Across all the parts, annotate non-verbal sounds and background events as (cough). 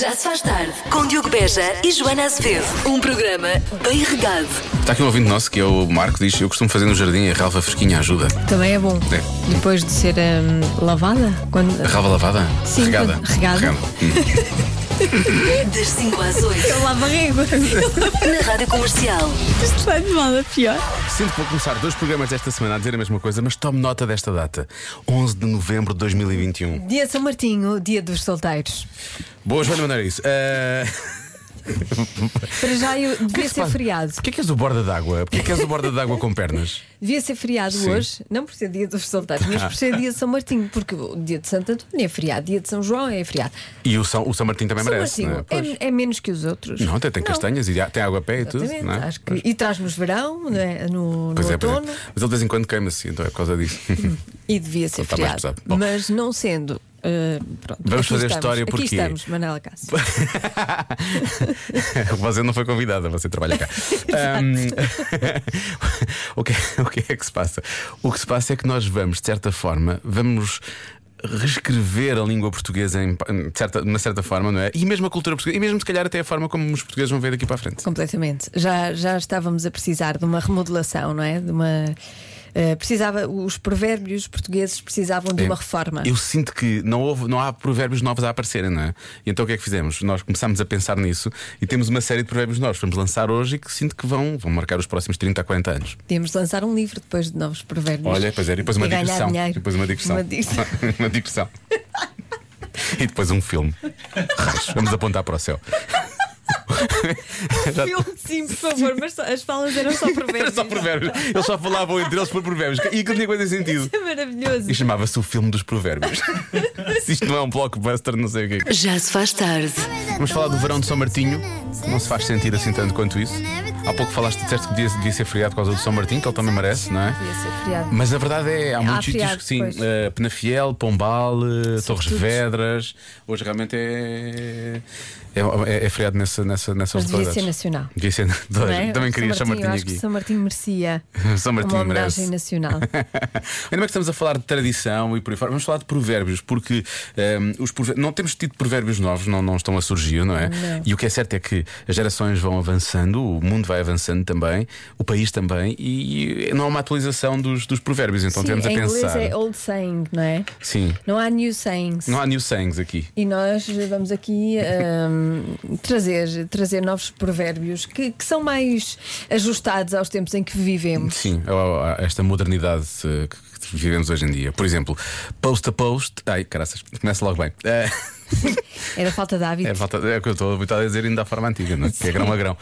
Já se faz tarde com Diogo Beja e Joana Azevedo. Um programa bem regado. Está aqui um ouvinte nosso que é o Marco, diz: Eu costumo fazer no jardim a ralva fresquinha ajuda. Também é bom. É. Depois de ser hum, lavada? (laughs) Quando... A ralva lavada? Sim, regada. regada. Hum. Das 5 às 8 Eu lavo a régua. na Rádio Comercial. Isto vai de mal a pior. Sinto que vou começar dois programas desta semana a dizer a mesma coisa, mas tome nota desta data: 11 de novembro de 2021. Dia de São Martinho, dia dos solteiros. Boa, Joana Maneiro, Ah, Para já eu devia ser passa? feriado. Porquê que és o borda d'água? Porquê que és o borda d'água com pernas? Devia ser feriado Sim. hoje, não por ser dia dos solteiros, mas por ser dia de São Martinho, porque o dia de Santo Antônio é feriado, dia de São João é feriado. E o São, o São Martim também São merece, Martinho não é? Pois. é, é menos que os outros. Não, até tem Não, castanhas e há- tem água a pé e tudo. exatamente, Não é? acho que- E traz-nos verão, né, no, no Pois é, pois é. outono. Mas ele de vez em quando queima-se, então é por causa disso. E devia ser Está Então tá mais feriado. pesado. Bom. Mas não sendo. eh, pronto, Vamos aqui fazer estamos, história aqui porquê? estamos, Manela Cássio. (laughs) você não foi convidada, você trabalha (laughs) cá. Ahm, (laughs) o, que, o que é que se passa? O que se passa é que nós vamos, de certa forma, vamos. Reescrever a língua portuguesa em, em certa, de uma certa forma, não é? E mesmo a cultura portuguesa, e mesmo se calhar até a forma como os portugueses vão ver daqui para a frente. Completamente. Já, já estávamos a precisar de uma remodelação, não é? De uma. eh, precisava, os provérbios portugueses precisavam de uma É. reforma. Eu sinto que não, houve, não há provérbios novos a aparecerem, não é? E então o que é que fizemos? Nós começámos a pensar nisso e temos uma série de provérbios novos. Vamos lançar hoje e que sinto que vão, vão marcar os próximos 30 a 40 anos. Podíamos lançar um livro depois de novos provérbios. Olha, pois era, e depois uma E ganhar digressão. dinheiro. E depois uma digressão. (laughs) Uma digressão. Uma digressão. E depois um filme. Raios, Vamos apontar para o céu. Já- Um Filme, sim, por favor, mas só- as falas eram só Era provérbios. só provérbios. Eles só falavam entre eles por provérbios. E aquilo tinha coisa sem sentido. É maravilhoso. E chamava-se o filme dos provérbios. (laughs) Se isto não é um blockbuster, não sei o que é. que- Já se faz tarde. Vamos falar do verão de São Martinho. que Não se faz sentir assim tanto quanto isso. Há pouco falaste, disseste que devia, devia ser feriado por causa do São Martinho, que ele também merece, não é? Devia ser feriado. Mas a verdade é, há muitos sítios feriado, que sim. pois. eh, Penafiel, Pombal, eh, Torres todos. Vedras. Hoje realmente é. É, é- é feriado nessa, nessa, nessas Mas devia localidades. ser nacional. Devia ser. não é? Também queria São Martinho, eu acho que aqui. São Martinho merecia São (laughs) Martinho uma merece. homenagem nacional. (laughs) Ainda bem que estamos a falar de tradição e por aí fora. Vamos falar de provérbios, porque ehm, os prove- não temos tido provérbios novos, não, não estão a surgir, não é? E o que é certo é que as gerações vão avançando, o mundo vai avançando também, o país também, e não há uma atualização dos, dos provérbios. Então Sim, temos a em inglês pensar. é old saying, não é? Sim. Não há new sayings. Não há new sayings aqui. E nós vamos aqui hum, trazer, trazer novos provérbios que, que são mais ajustados aos tempos em que vivemos. Sim, é a- a- esta modernidade eh, que que vivemos hoje em dia. Por exemplo, post a post. Ai, caraças, começa logo bem. Eh, (laughs) Era falta de hábito. É, falta, é o que eu estou habituado a dizer ainda da forma antiga, não é? que é grão a (laughs) grão.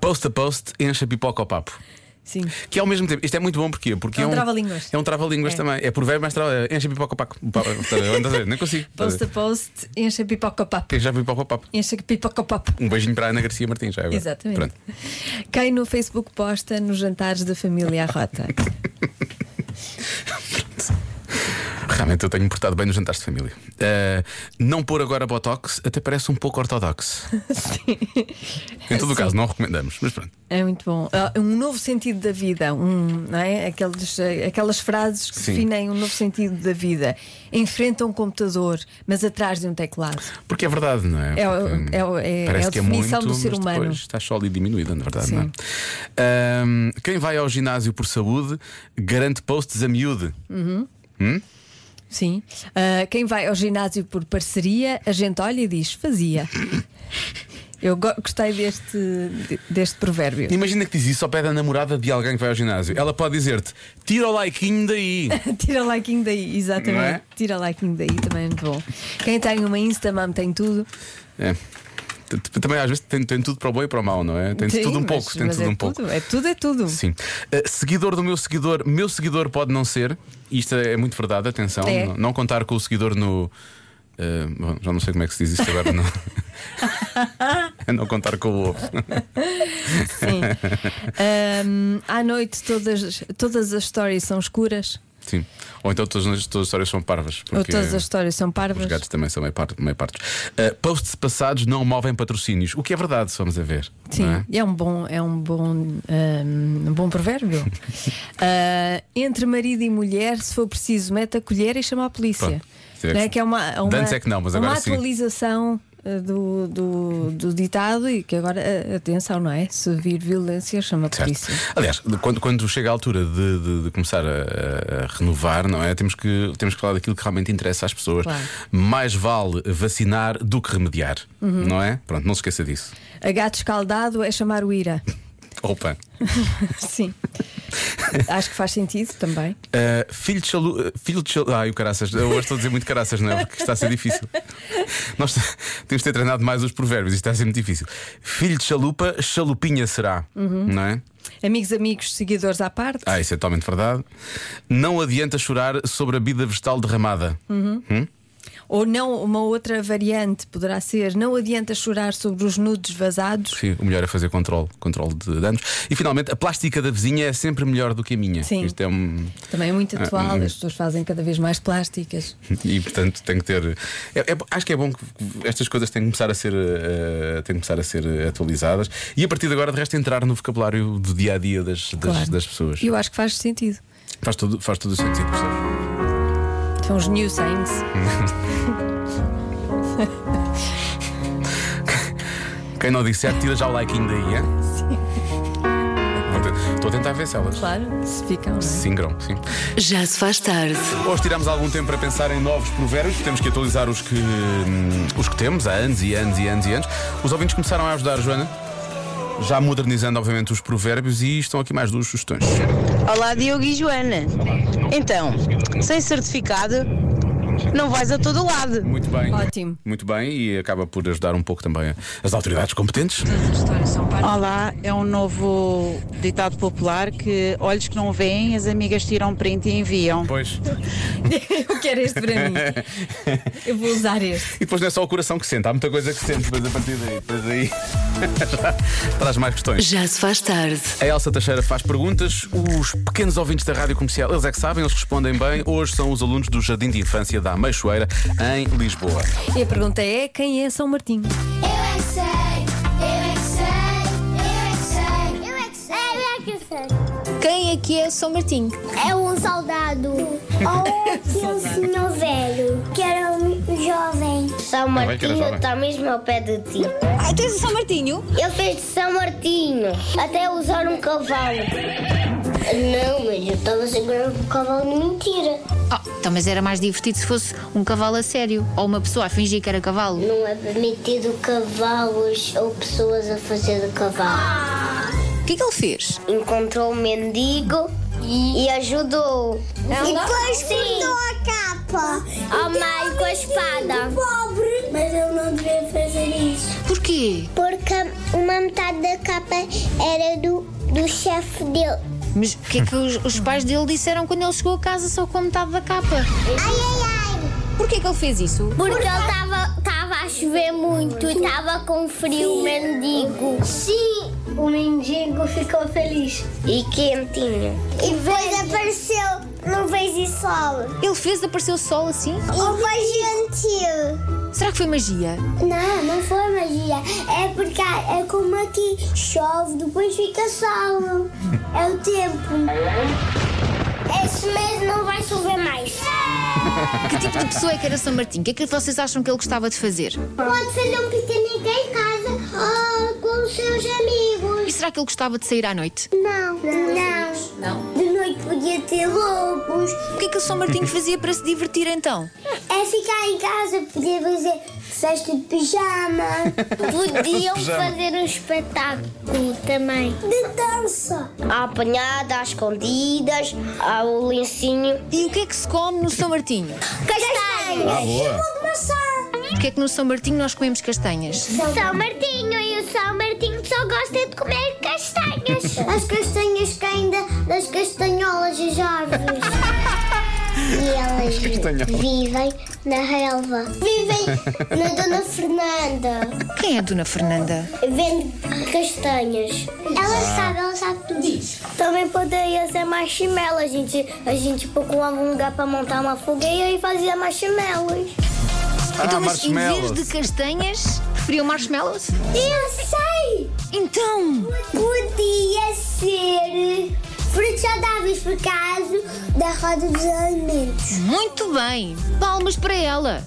Post a post, enche a pipoca ao papo. Sim. Que ao mesmo tempo, isto é muito bom porquê? porque É um é um trava-línguas. É um trava-línguas É. também. É provérbio, mas trava, enche a pipoca ao papo. papo. tá Eu ando a dizer, Nem consigo. (laughs) Tá Post a post, enche a pipoca ao papo. Enche a pipoca ao papo. Enche a pipoca ao papo. Um beijinho para a Ana Garcia Martins, já é agora. Exatamente. Pronto. Quem no Facebook posta nos jantares da família à (laughs) rota. Realmente eu tenho me portado bem nos jantares de família. Ah, não pôr agora botox até parece um pouco (laughs) ortodoxo. Em todo o caso, não recomendamos, mas pronto. É muito bom. Ah, Um novo sentido da vida, um, não é? Aqueles, eh, aquelas frases que Sim. definem um novo sentido da vida. Enfrenta um computador, mas atrás de um teclado. Porque é verdade, não é? É o- Porque, é o- é- parece é a que definição é do muito, ser mas humano. Depois está só ali diminuída, na verdade, Sim. não é? Ahm, quem vai ao ginásio por saúde garante posts a miúde. Sim. Ah, quem vai ao ginásio por parceria, a gente olha e diz: fazia. Eu go- gostei deste, de- deste provérbio. (laughs) Imagina que diz isso ao pé da namorada de alguém que vai ao ginásio. Ela pode dizer-te: tira o likeinho (laughs) daí. Tira likinho daí, exatamente. Não é? Tira likinho daí também é muito bom. Quem tem uma Instagram tem tudo. É. T- t- Também às vezes tem, tem tudo para o bom e para o mau, não é? Tem de Sim, tudo um mas- pouco. Tem de mas tudo é um pouco. Tudo, é tudo, é tudo. Sim. Uh, seguidor do meu seguidor, meu seguidor pode não ser. Isto é muito verdade, atenção. É. Não, não contar com o seguidor no. uh, bom, já não sei como é que se diz isso (laughs) agora, não. É não contar com o ovo. Sim. Ahm, à noite todas, todas as histórias são escuras, Sim. Ou então todas, as- todas as histórias são parvas. ou Porque todas as histórias são os parvas. gatos também são meio, par- meio partos. Uh, posts passados não movem patrocínios. O que é verdade, se vamos a ver. Sim, não é? é? um bom, é um bom, ahm, um (laughs) bom provérbio. Ah, entre marido e mulher, se for preciso, mete a colher e chama a polícia. Pronto. Não é que é uma, é uma, Dantes é que não, mas uma agora sim. atualização eh, do, do, do ditado e que agora, eh, atenção, não é? Se vir violência, chama a polícia. Aliás, de- quando, quando chega a altura de, de- de começar a, a- a renovar, não é? Temos que, temos que falar daquilo que realmente interessa às pessoas. Claro. Mais vale vacinar do que remediar, não é? Pronto, não se esqueça disso. A gato escaldado é chamar o ira. (laughs) Opa! Sim. Acho que faz sentido também. Uh, filho de chalu... uh, Filho de chalu... Ai, o caraças. Eu hoje estou a dizer muito caraças, não é? Porque está a ser difícil. Nós temos de ter treinado mais os provérbios, isto está a ser muito difícil. Filho de chalupa, chalupinha será, não é? Amigos, amigos, seguidores à parte. Ah, isso é totalmente verdade. Não adianta chorar sobre a vida vegetal derramada. Ou não, uma outra variante poderá ser: não adianta chorar sobre os nudes vazados. Sim, o melhor é fazer controle, controle de danos. E finalmente, a plástica da vizinha é sempre melhor do que a minha. Sim. Isto é um. (laughs) Também é muito ah, atual, as pessoas fazem cada vez mais plásticas. E portanto tem que ter. é- é- acho que é bom que estas coisas têm que começar a ser, eh, têm que começar a ser eh, atualizadas e a partir de agora de resto entrar no vocabulário do dia a dia das, das, Claro. das pessoas. E eu acho que faz sentido. Faz todo faz todo o sentido, percebes? São os new sayings. Quem não disser, tira já o likeinho daí, é? Vou te- Estou a tentar ver se elas. Claro, se ficam. não é? Singram, sim. Já se faz tarde. Hoje tiramos algum tempo para pensar em novos provérbios, temos que atualizar os que, hum, os que temos há anos e anos e anos e anos. Os ouvintes começaram a ajudar, Joana, já modernizando, obviamente, os provérbios e estão aqui mais duas sugestões. Olá Diogo e Joana. Então, sem certificado não vais a todo lado. Muito bem. é? Ótimo. (laughs) Muito bem, e acaba por ajudar um pouco também as autoridades competentes. Olá, é um novo ditado popular que olhos que não veem, as amigas tiram print e enviam. Pois. Eu quero este para mim. Eu vou usar este. E depois não é só o coração que sente, há muita coisa que sente, depois a partir daí, depois aí (laughs) traz mais questões. Já se faz tarde. A Elsa Teixeira faz perguntas. Os pequenos ouvintes da Rádio Comercial, eles é que sabem, eles respondem bem. Hoje são os alunos do Jardim de Infância da Meixoeira, em Lisboa. E a pergunta é: quem é São Martinho? Eu é que sei, eu é que sei, eu é que sei, eu é que sei, eu é que sei. Quem aqui é São Martinho? É um soldado. Ou é que (laughs) é um senhor velho, que era um jovem. São bem que era jovem. está mesmo ao pé de ti. Ah, tu és o São Martinho? Eu fiz de São Martinho, até usar um cavalo. Não, mas eu estava segurando um cavalo de mentira. Oh, então, mas era mais divertido se fosse um cavalo a sério ou uma pessoa a fingir que era cavalo. Não é permitido cavalos ou pessoas a fazer de cavalo. O que é que ele fez? encontrou o mendigo e ajudou. E depois furtou a capa. Então Ao meio com a espada. Pobre. Mas eu não devia fazer isso. Porquê? Porque uma metade da capa era do, do chefe dele. Mas o que é que os, os pais dele disseram quando ele chegou a casa só com a metade da capa? Ai, ai, ai. Porquê que ele fez isso? Porque ele estava tava a chover muito e estava com frio o mendigo. Sim. O mendigo ficou feliz. E quentinho. E depois apareceu nuvens e sol. Ele fez apareceu sol assim? E foi gentil. Será que foi magia? Não, não foi magia. É porque é como aqui chove, depois fica sol. É o tempo. Esse mês não vai chover mais. Que tipo de pessoa é que era São Martinho? O que é que vocês acham que ele gostava de fazer? Pode fazer um piquenique em casa ou com os seus E amigos. será que ele gostava de sair à noite? Não, não. Não. De noite podia ter lobos. O que é que o São Martinho fazia para se divertir então? É ficar em casa, podia fazer festa de (laughs) pijama. Podiam fazer um espetáculo também. De dança. A apanhada, às escondidas, ao lencinho. E o que é que se come no São Martinho? Castanhas. Ah, boa. E bolo de maçã. Porque é que no São Martinho nós comemos castanhas? São Martinho e o São Martinho só gosta de comer castanhas. (laughs) As castanhas caem da, das castanholas e (laughs) árvores. E elas castanholas. vivem na relva. Vivem na Dona Fernanda. Quem é a Dona Fernanda? Vende castanhas. Ela sabe, ela sabe tudo isso. Também poderia ser marshmallow. A gente, a gente procurava um lugar para montar uma fogueira e fazia marshmallows. então, Ah, mas em vez marshmallows. de castanhas, preferiam marshmallows? Eu sei! Então! Podia ser frutos saudáveis por causa da roda dos alimentos. Muito bem! Palmas para ela!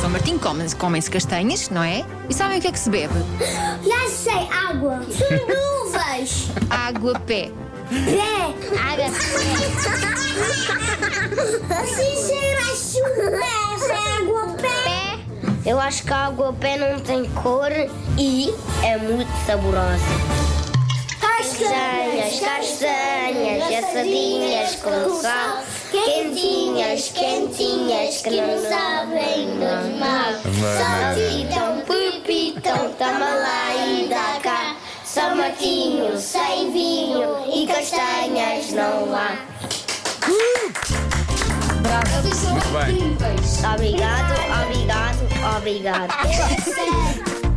São Martinho comem-se comem-se castanhas, não é? E sabem o que é que se bebe? Já sei, água. Surduvas. Água pé. Pé. Água. Assim cheira a chuva. É água pé. Eu acho que a água pé não tem cor e é muito saborosa. Castanhas, castanhas, assadinhas com sal, quentinhas, quentinhas, que não sabem nos mal. Saltitão, pepitão, toma lá e dá cá, só matinho, sem vinho e castanhas não há. Bem, Obrigado, obrigado, obrigado. Eu é que sei,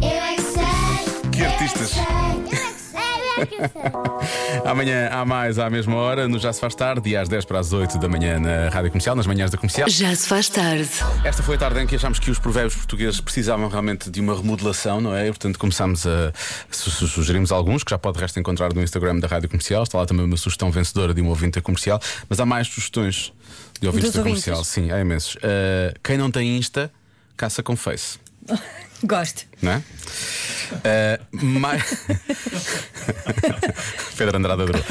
eu é que sei. Que artistas. Eu é que sei, eu é que sei. amanhã há mais à mesma hora, no Já Se Faz Tarde, e às 10 para as 8 da manhã na Rádio Comercial, nas manhãs da comercial. Já se faz tarde. Esta foi a tarde em que achámos que os provérbios portugueses precisavam realmente de uma remodelação, não é? E, portanto, começámos a. su- su- Sugerimos alguns, que já pode de resto encontrar no Instagram da Rádio Comercial. Está lá também uma sugestão vencedora de uma ouvinte da comercial. Mas há mais sugestões de ouvintes Dos da ouvintes. comercial. Sim, há imensos. Ah, quem não tem Insta, caça com Face, Gosto. não é? Ah, mais. (laughs) Pedro Andrade adorou.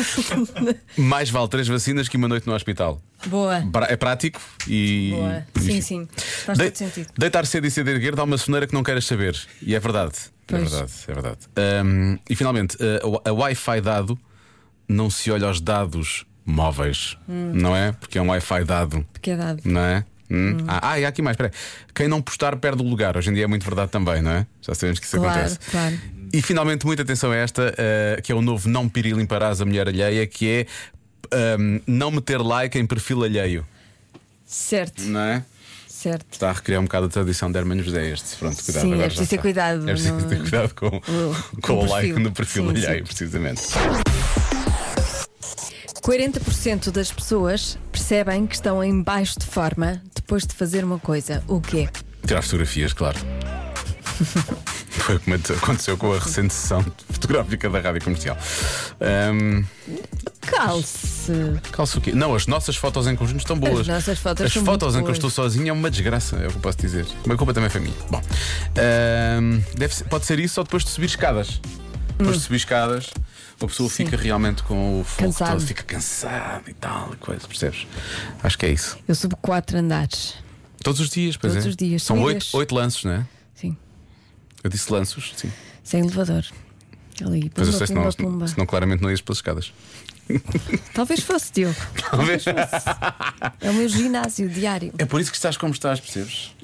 Mais vale três vacinas que uma noite no hospital. Boa. Pra- É prático e. Boa. e- Sim, sim. Faz Dei- todo sentido. Deitar cedo e cedo erguer dá uma soneira que não queiras saber. E é verdade. É Pois. verdade, é verdade. Ahm, e finalmente, a- a, a Wi-Fi dado não se olha aos dados móveis, Hum. não é? Porque é um Wi-Fi dado, Porque é dado. não é? Hum. Ah, ah, e há aqui mais, espera aí. Quem não postar perde o lugar. Hoje em dia é muito verdade também, não é? Já sabemos que isso Claro, acontece. claro. E finalmente, muita atenção a esta, ah, que é o novo não pirilimparás a mulher alheia, que é ahm, não meter like em perfil alheio, Certo, não é? certo. Está a recriar um bocado a tradição de Hermanos 10. Pronto, cuidado Sim, agora é preciso já ter está. cuidado É preciso no- ter cuidado com, o com o like perfil. no perfil Sim, alheio, precisamente. 40% das pessoas percebem que estão em baixo de forma depois de fazer uma coisa. O quê? Tirar fotografias, (laughs) claro. Foi como aconteceu com a recente sessão fotográfica da rádio comercial. Ahm, Calce. calça o quê? Não, as nossas fotos em conjunto estão boas. As nossas fotos As são fotos muito em que eu boas. estou sozinho é uma desgraça, é o que eu posso dizer. Uma culpa também foi minha. Bom, ahm, deve ser- pode ser isso ou depois de subir escadas. Depois Hum. de subir escadas, a pessoa fica realmente com o fogo Cansado. todo, fica cansada e tal, e coisa, percebes? Acho que é isso. Eu subo quatro andares. Todos os dias, pois Todos é. os dias, São subidas. oito, oito lanços, não é? Sim. Eu disse lanços, sim. Sem elevador. Ali, Mas pumba, eu sei se não, pumba, pumba. se não claramente não ias pelas escadas. Talvez fosse (laughs) Diogo. Talvez. É o meu ginásio (laughs) diário. É por isso que estás como estás, percebes?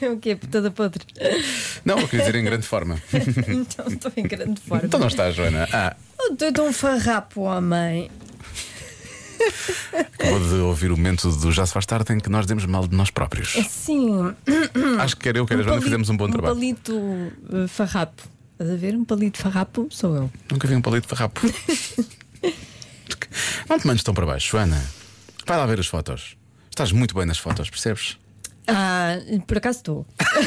É o quê? Toda (laughs) podre. Não, eu queria dizer em grande forma. (laughs) então estou em grande forma. Então não estás, Joana. Ah, Eu dou- dou um farrapo, homem. acabou de ouvir o momento do Já se faz tarde em que nós demos mal de nós próprios. Sim. Acho que quer eu, quer a Joana, palito- fizemos um bom trabalho. É Um palito eh, farrapo. Estás a ver? Um palito farrapo sou eu. Nunca vi um palito de (laughs) rapo. não te mandes tão para baixo, Joana. Vai lá ver as fotos. Estás muito bem nas fotos, percebes? Ah, por acaso estou. (laughs)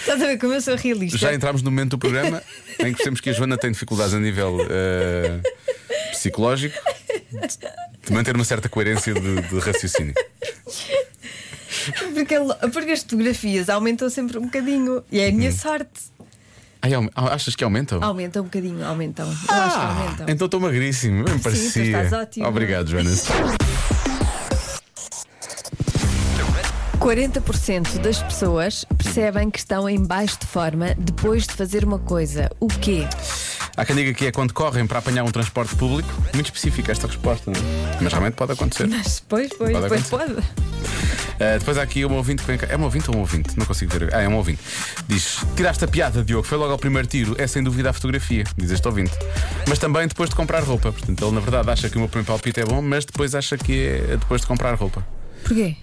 Estás a ver como eu sou realista? Já entramos no momento do programa em que percebemos que a Joana tem dificuldades a nível eh, psicológico de manter uma certa coerência de, de raciocínio. Porque, lo- porque as fotografias aumentam sempre um bocadinho. E é a Hum. minha sorte. Ai, aum- ah, achas que aumentam? Aumentam um bocadinho, aumentam. Eu acho que aumentam. então estou magríssimo, bem parecia. tu estás ótimo. Obrigado, Joana. 40% das pessoas percebem que estão em baixo de forma depois de fazer uma coisa. O quê? Há quem diga que é quando correm para apanhar um transporte público. Muito específica esta resposta, não é? mas realmente pode acontecer. Mas pois, pois, Pode pois pode. Uh, depois há aqui uma ouvinte que vem cá. É uma ouvinte ou um ouvinte? Não consigo ver. Ah, é uma ouvinte. Diz: Tiraste a piada, Diogo. Foi logo ao primeiro tiro. É sem dúvida a fotografia, diz este ouvinte. Mas também depois de comprar roupa. Portanto, ele na verdade acha que o meu primeiro palpite é bom, mas depois acha que é depois de comprar roupa. Porquê?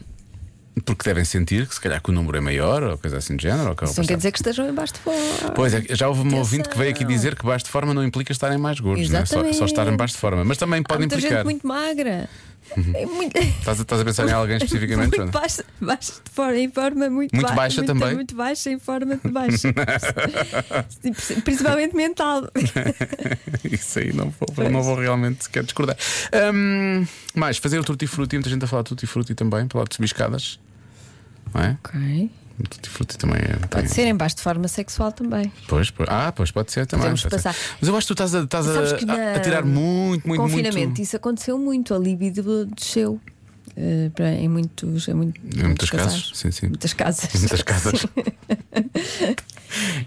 Porque devem sentir que se calhar que o número é maior ou coisa assim do género. Ou que a roupa Isso não quer está- dizer que estejam em baixo de forma. Pois é, já houve uma Atenção. ouvinte que veio aqui dizer que baixo de forma não implica estarem mais gordos, né? só, só estar em Exatamente. baixo de forma. Mas também Há pode muita implicar. Uhum. gente muito magra. É muito... (laughs) Estás, a- estás a pensar em alguém especificamente? muito Joana? baixa, baixa de forma, em forma muito, é? Muito ba- baixa muito- também? Muito baixa em forma (laughs) de baixa. Principalmente mental. (laughs) Isso aí não vou, não vou realmente sequer discordar. Ahm, mais, fazer o tutti-frutti, muita gente a falar tutti-frutti também, para lá de subir escadas. não é? Ok. O Tutti-frutti também é. tem- Pode ser em baixo de forma sexual também. Pois, pois- ah, pois pode ser também. Podemos pode ser. passar. Mas eu acho que tu estás a, estás a- Sabes que a- a na- tirar muito, muito, Confinamento, muito. isso aconteceu muito, a libido desceu. eh, para- em muitos, em muito- muitos muitos casais. casos, sim, sim. Muitas casas. Em muitas (laughs) casas. Sim.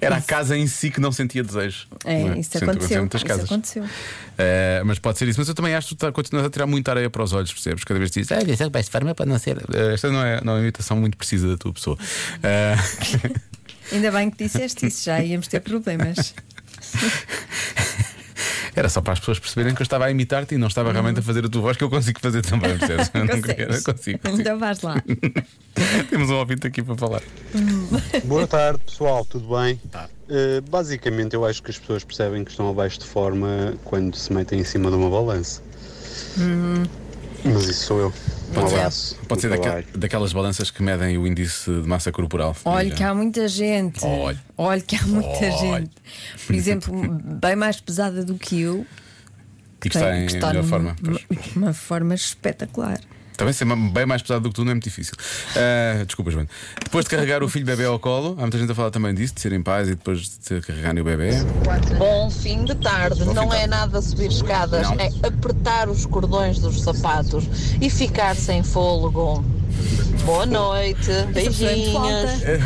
Era a casa em si que não sentia desejo. É, não isso Sim, aconteceu. em muitas isso casas. aconteceu. Eh, mas pode ser isso. Mas eu também acho que tu tá- continuas a tirar muita areia para os olhos, percebes? Cada vez que dizes, olha, isso é de forma para não ser. Eh, Esta não é, não é uma imitação muito precisa da tua pessoa. Eh, (laughs) Ainda bem que disseste isso, já íamos ter problemas. era só para as pessoas perceberem que eu estava a imitar-te e não estava realmente a fazer a tua voz, que eu consigo fazer também, (laughs) percebes? Eu (laughs) não queria, eu Consegues. consigo. consigo. Então vais lá. (laughs) Temos um ouvinte aqui para falar. Boa tarde, pessoal, tudo bem? Eh, basicamente, eu acho que as pessoas percebem que estão abaixo de forma quando se metem em cima de uma balança. Mas isso sou eu. Um Mas é. abraço. Pode ser Bom daquel- trabalho. daquelas balanças que medem o índice de massa corporal. Olha (laughs) que é há muita gente. Olha. Olha que há muita Olha. gente. Por exemplo, bem mais pesada do que eu. E que está em melhor forma. pois. (laughs) Uma forma espetacular. Também ser ma- bem mais pesado do que tu não é muito difícil. Ah, desculpa, Joana. Depois de carregar o filho bebê ao colo, há muita gente a falar também disso, de serem pais e depois de carregarem o bebê. Bom fim de tarde. Bom fim de não tarde. é nada subir escadas, Não. é apertar os cordões dos sapatos e ficar sem fôlego. Boa noite, pessoa é muito beijinhos. alta. É,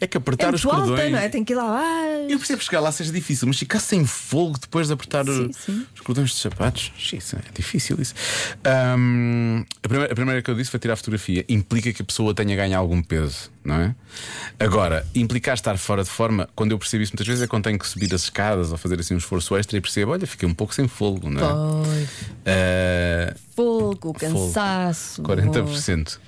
é que apertar é os muito alta, cordões. não é? Tem que ir lá. Ah, Eu percebo que chegar lá seja difícil, mas ficar sem fogo depois de apertar Sim, o- sim. os cordões dos sapatos, Xis, é difícil isso. Ahm, a, primeira, a primeira que eu disse foi tirar a fotografia. Implica que a pessoa tenha ganho algum peso, não é? Agora, implicar estar fora de forma, quando eu percebo isso muitas vezes é quando tenho que subir as escadas ou fazer assim um esforço extra e percebo, olha, fiquei um pouco sem fogo, não é? Ai, Ah, fogo, cansaço. 40%.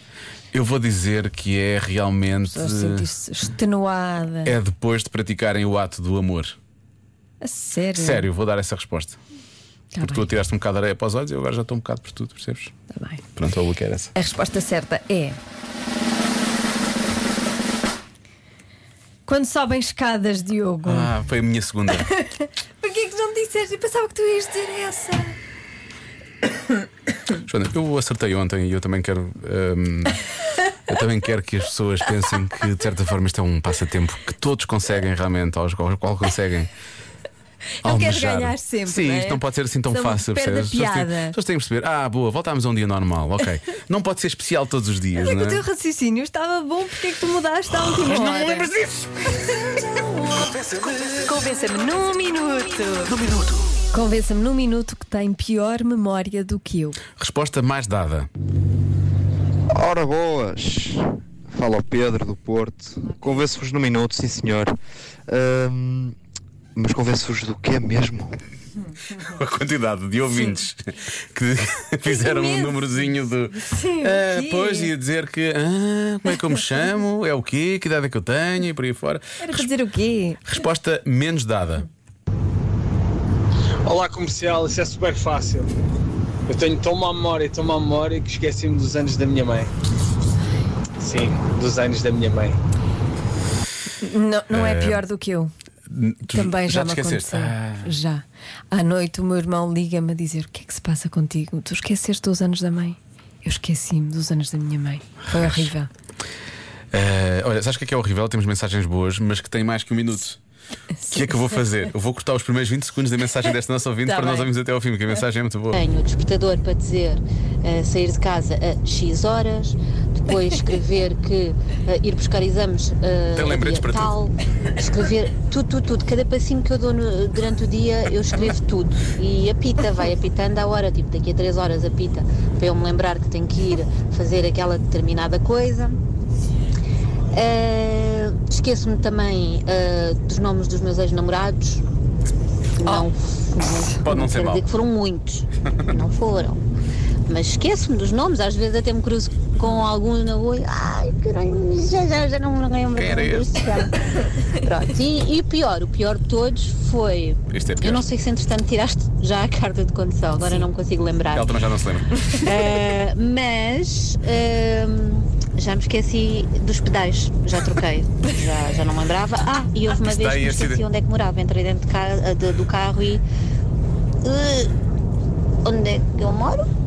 Eu vou dizer que é realmente. Pessoa sentir-se extenuada. É depois de praticarem o ato do amor. A É sério. Sério, vou dar essa resposta. Tá Porque tu bem, atiraste um bocado de areia para os olhos e eu agora já estou um bocado por tudo, percebes? tá bem. Pronto, eu que era essa. A resposta certa é. Quando sobem escadas, Diogo. Ah, foi a minha segunda. Porquê que não me disseste? Eu pensava que tu ias dizer essa. É Joana, eu acertei ontem e eu também quero. (laughs) hum, eu também quero que as pessoas pensem que, de certa forma, isto é um passatempo que todos conseguem realmente, aos ao qual conseguem. Não queres almejar. ganhar sempre, Sim, não é? isto não pode ser assim tão Senão fácil, perde percebes? a As pessoas têm- piada. As pessoas têm que perceber, ah, boa, voltámos a um dia normal, (laughs) ok. Não pode ser especial todos os dias, Mas é que não o teu é? raciocínio estava bom, porque é que tu mudaste à última hora? Mas não lembras disso! (laughs) Convença-me num minuto. Num minuto. Convença-me num minuto que tem pior memória do que eu. Resposta mais dada. Ora boas! Fala ao Pedro do Porto. Convenço-vos no minuto, sim senhor. Ahm, mas convenço-vos do que é mesmo? a quantidade de ouvintes (laughs) que (laughs) fizeram um imenso. númerozinho do. Sim, Ah, o quê? pois ia dizer que ah, como é que eu me chamo? É o quê? Que idade é que eu tenho? E por aí fora. Era para dizer o quê? Resposta menos dada. Olá comercial, isso é super fácil. Eu tenho tão má memória, tão má memória que esqueci-me dos anos da minha mãe. Sim, dos anos da minha mãe. Não, não é pior do que eu. Eh, Tu Também já, te me esqueceste. aconteceu. Ah, Já. À noite o meu irmão liga-me a dizer o que é que se passa contigo. Tu esqueceste dos anos da mãe? Eu esqueci-me dos anos da minha mãe. Foi horrível. ah, olha, sabes o que é que é horrível? Temos mensagens boas, mas que têm mais que um minuto. O que é que eu vou fazer? Eu vou cortar os primeiros 20 segundos da mensagem desta nossa ouvinte Tá para nós bem. ouvirmos até ao fim, porque a mensagem é muito boa. Tenho o despertador para dizer eh, sair de casa a X horas, depois escrever que eh, ir buscar exames eh, Tem a lembretes dia para tal, escrever tudo, tudo, tudo. Cada passinho que eu dou no- durante o dia eu escrevo tudo. E apita, vai apitando à hora, tipo daqui a três horas apita, para eu me lembrar que tenho que ir fazer aquela determinada coisa. Eh, Esqueço-me também eh, dos nomes dos meus ex-namorados. Oh, Não, não, Pode não ser quero mau. dizer que (laughs) foram muitos. Não foram. Mas esqueço-me dos nomes, às vezes até me cruzo com alguns na rua e. Ai, caralho, já, já, já não me lembro. Quem era como é este?" se chama. Pronto, e, e o pior, o pior de todos foi. Este é pior. Eu não sei se entretanto tiraste já a carta de condução, agora não me consigo lembrar. Ela também já não se lembra. Eh, mas ehm, já me esqueci dos pedais, já troquei, já, já não lembrava. Ah, e houve uma Isso daí vez que me é esqueci acidente. onde é que morava, entrei dentro de ca- de- do carro e. eh, onde eh, é que eu moro?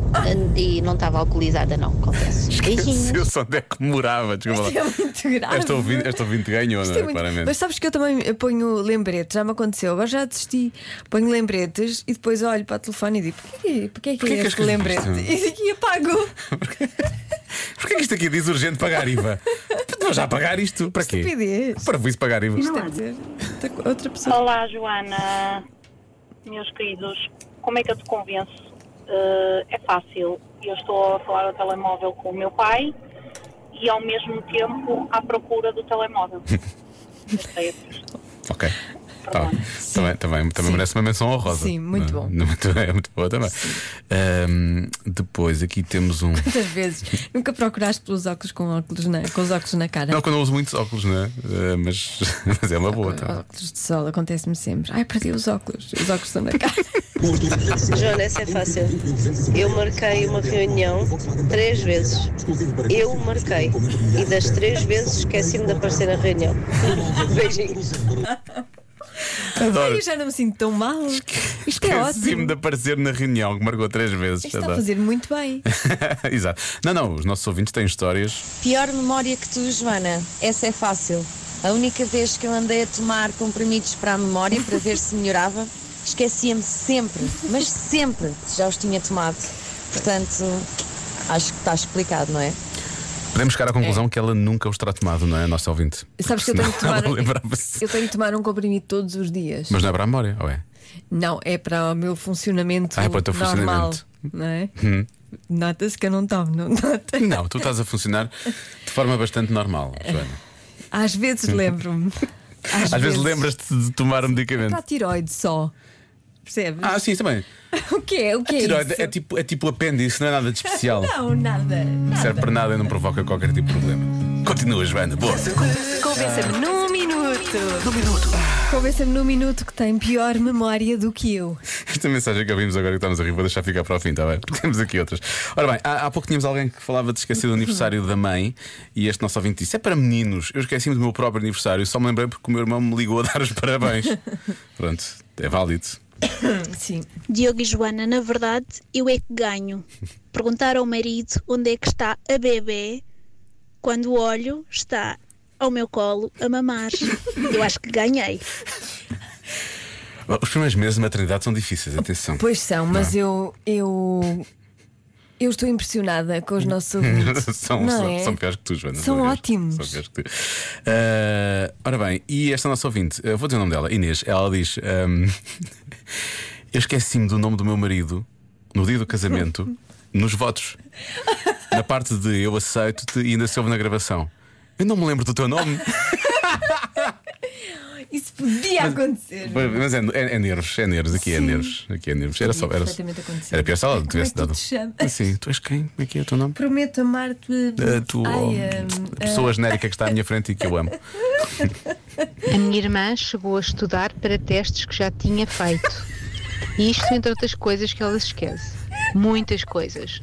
e não estava alcoolizada, não, (laughs) confesso. Beijinhos. Eu só onde é que morava, desculpa Isto (laughs) é lá. muito grave. Esta ouvinte, esta ouvinte ganhou, não Isto é é? muito- Claramente. Mas sabes que eu também eu ponho lembretes, já me aconteceu, agora já desisti. Ponho lembretes e depois olho para o telefone e digo: porquê, porquê é que Porquê é que este escrevi lembrete? (laughs) isto? E, e apago. Porquê que isto aqui diz urgente pagar IVA? (laughs) Vou já pagar isto? Para quê? Estupidez. Para isso pagar IVA. Isto é dizer, outra- outra pessoa. Olá, Joana. Meus queridos, como é que eu te convenço? Eh, é fácil. Eu estou a falar ao telemóvel com o meu pai e, ao mesmo tempo, à procura do (laughs) telemóvel. é Ok. Tá bom. Também, também, também merece uma menção honrosa. Sim, muito bom. Não, muito- é muito boa também. Ahm, depois aqui temos (laughs) um. Muitas vezes. Nunca procuraste pelos óculos com, óculos na, com os óculos na cara. Não, quando eu uso muitos óculos, não é? Ah, mas, (laughs) mas é uma boa também. Óculos de sol, acontece-me sempre. Ai, perdi os óculos. Os óculos estão na cara. Joana, essa é fácil. Eu marquei uma reunião três vezes. Eu marquei. E das três vezes esqueci-me de aparecer na reunião. Beijinhos. (laughs) Adoro. Ai, eu já não me sinto tão mal. Isto é Esqueci-me ótimo. de aparecer na reunião que marcou três vezes. Isto está a Adoro. fazer muito bem. (laughs) Exato. Não, não, os nossos ouvintes têm histórias. Pior memória que tu, Joana. Essa é fácil. A única vez que eu andei a tomar comprimidos para a memória para ver se melhorava, esquecia-me sempre, mas sempre já os tinha tomado. Portanto, acho que está explicado, não é? Podemos chegar à conclusão que ela nunca os terá tomado, não é? A nossa ouvinte. É. Sabes que eu Porque tenho que senão (laughs) tomar. ela lembrava-se. Eu tenho que tomar um comprimido todos os dias. Mas não é para a memória, ou é? Não, é para o meu funcionamento Ah, é para o teu normal. funcionamento. Não é? Hum. Nota-se que eu não tomo, não nota. Não, tu estás a funcionar de forma bastante normal, Joana. Às (laughs) vezes lembro-me. Hum. Às, vezes, lembras-te de tomar um medicamento. Para a tiroide só. Percebes? Ah, sim, também. O que é? O que é Tiroide isso? é tipo, é tipo apêndice, não é nada de especial. Não, nada. Não nada. serve para nada e não provoca qualquer tipo de problema. Continua, Joana, boa. Convença-me num minuto. Num minuto. Convença-me num minuto que tem pior memória do que eu. Esta mensagem que ouvimos agora que está-nos a rir, vou deixar ficar para o fim, está bem? Porque temos aqui outras. Ora bem, há, há pouco tínhamos alguém que falava de esquecer do aniversário da mãe e este nosso ouvinte disse: é para meninos, eu esqueci-me do meu próprio aniversário, só me lembrei porque o meu irmão me ligou a dar os (laughs) parabéns. Pronto, é válido. Sim. Diogo e Joana, na verdade, eu é que ganho. Perguntar ao marido onde é que está a bebê, quando olho, está ao meu colo a mamar. Eu acho que ganhei. Os primeiros meses de maternidade são difíceis, atenção. Pois são, mas eu, eu. Eu estou impressionada com os (laughs) nossos ouvintes. (laughs) são, Não são, é? são piores que tu, Joana. São piores- ótimos. são piores que tu. Ah, ora bem, e esta nossa ouvinte, eu vou dizer o nome dela, Inês, ela diz: ahm, (laughs) Eu esqueci-me do nome do meu marido no dia do (laughs) casamento, nos votos. Na parte de eu aceito-te e ainda se ouve na gravação. Eu não me lembro do teu nome, Isso podia acontecer. mas é, é, é nervos, é nervos, aqui é Sim. nervos, aqui é nervos. Era só. Era, Perfeitamente acontecer. era pior se ela tivesse Como é que dado. tu te chamas? Sim, tu és quem? Como é que é o teu nome? Prometo amar-te. Ah, tu, Ai, oh, ah, a pessoa genérica que está à minha frente e que eu amo. A minha irmã chegou a estudar para testes que já tinha (laughs) feito. Isto entre outras coisas que ela se esquece. Muitas coisas.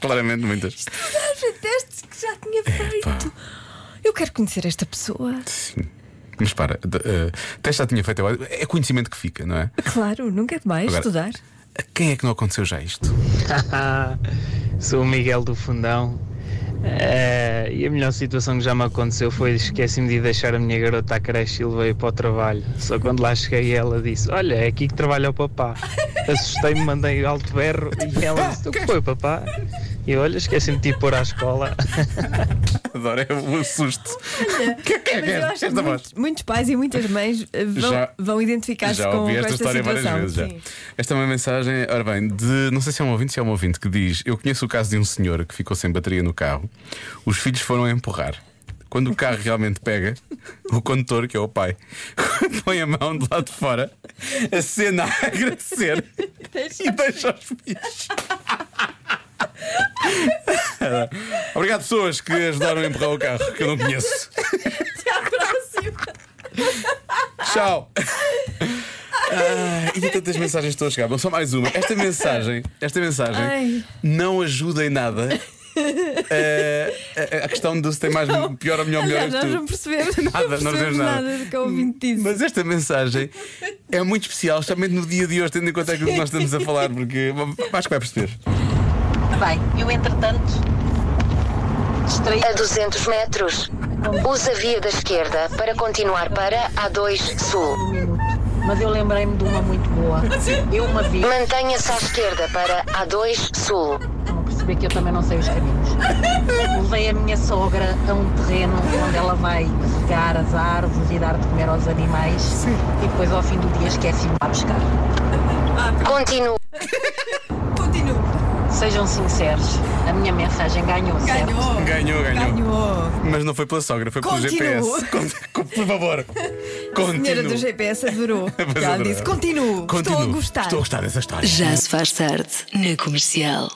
Claramente, muitas. Estudar testes que já tinha feito. Eu quero conhecer esta pessoa. Mas para, de- eh, até já tinha feito agora. É conhecimento que fica, não é? Claro, nunca é demais Agora- estudar. A quem é que não aconteceu já isto? Sou o Miguel do Fundão. Eh, e a melhor situação que já me aconteceu foi esqueci-me de deixar a minha garota à creche e levei para o trabalho. Só quando lá cheguei ela disse: Olha, é aqui que trabalha o papá. Assustei-me, mandei alto berro e ela disse: O que foi, papá? E eu, olha, esqueci-me de te pôr à escola. (laughs) Adoro, é um susto. Olha, mas eu acho que é Esta voz. muitos, muitos pais e muitas mães eh, vão, Já- vão identificar-se Já com, com ouvi esta esta história situação. várias vezes. Sim. Já. Esta é uma mensagem, ora bem, de não sei se é um ouvinte, se é um ouvinte que diz: Eu conheço o caso de um senhor que ficou sem bateria no carro, os filhos foram a empurrar. Quando o carro realmente pega, o condutor, que é o pai, (laughs) põe a mão do lado de fora, acena a (laughs) agradecer e deixa os filhos. Obrigado, pessoas que ajudaram a empurrar o carro, que eu não (laughs) conheço. Até à próxima. Tchau. Ah, e tantas mensagens que estão a chegar. Bom, só mais uma. Esta mensagem, esta mensagem Ai. não ajuda em nada eh, a, a questão de se tem mais pior ou melhor, melhor é Aliás, que nós tu. (laughs) não percebemos, não Nada, não percebemos percebemos nada. nada do que o ouvinte disse. Mas esta mensagem é muito especial, especialmente no dia de hoje, tendo em conta aquilo que nós estamos a falar, porque bom, acho que vai perceber. Bem, eu entretanto distraí a 200 metros. Usa a via da esquerda para continuar para A2 Sul. Um Mas eu lembrei-me de uma muito boa. Eu uma vi. Mantenha-se à esquerda para A2 Sul. Vão perceber que eu também não sei os caminhos. Levei a minha sogra a um terreno onde ela vai regar as árvores e dar de comer aos animais. E depois ao fim do dia esquece-me lá buscar. Continuo. Continuo. Sejam sinceros, a minha mensagem ganhou, ganhou. certo? Ganhou, ganhou, Mas não foi pela sogra, foi pelo Continuo. GPS. Con- (laughs) Por favor. A (laughs) senhora do Continua. GPS adorou. (laughs) Mas Ela adorava. disse: continuo, estou a Continuo. gostar. Estou a gostar dessa história. Já se faz tarde na comercial.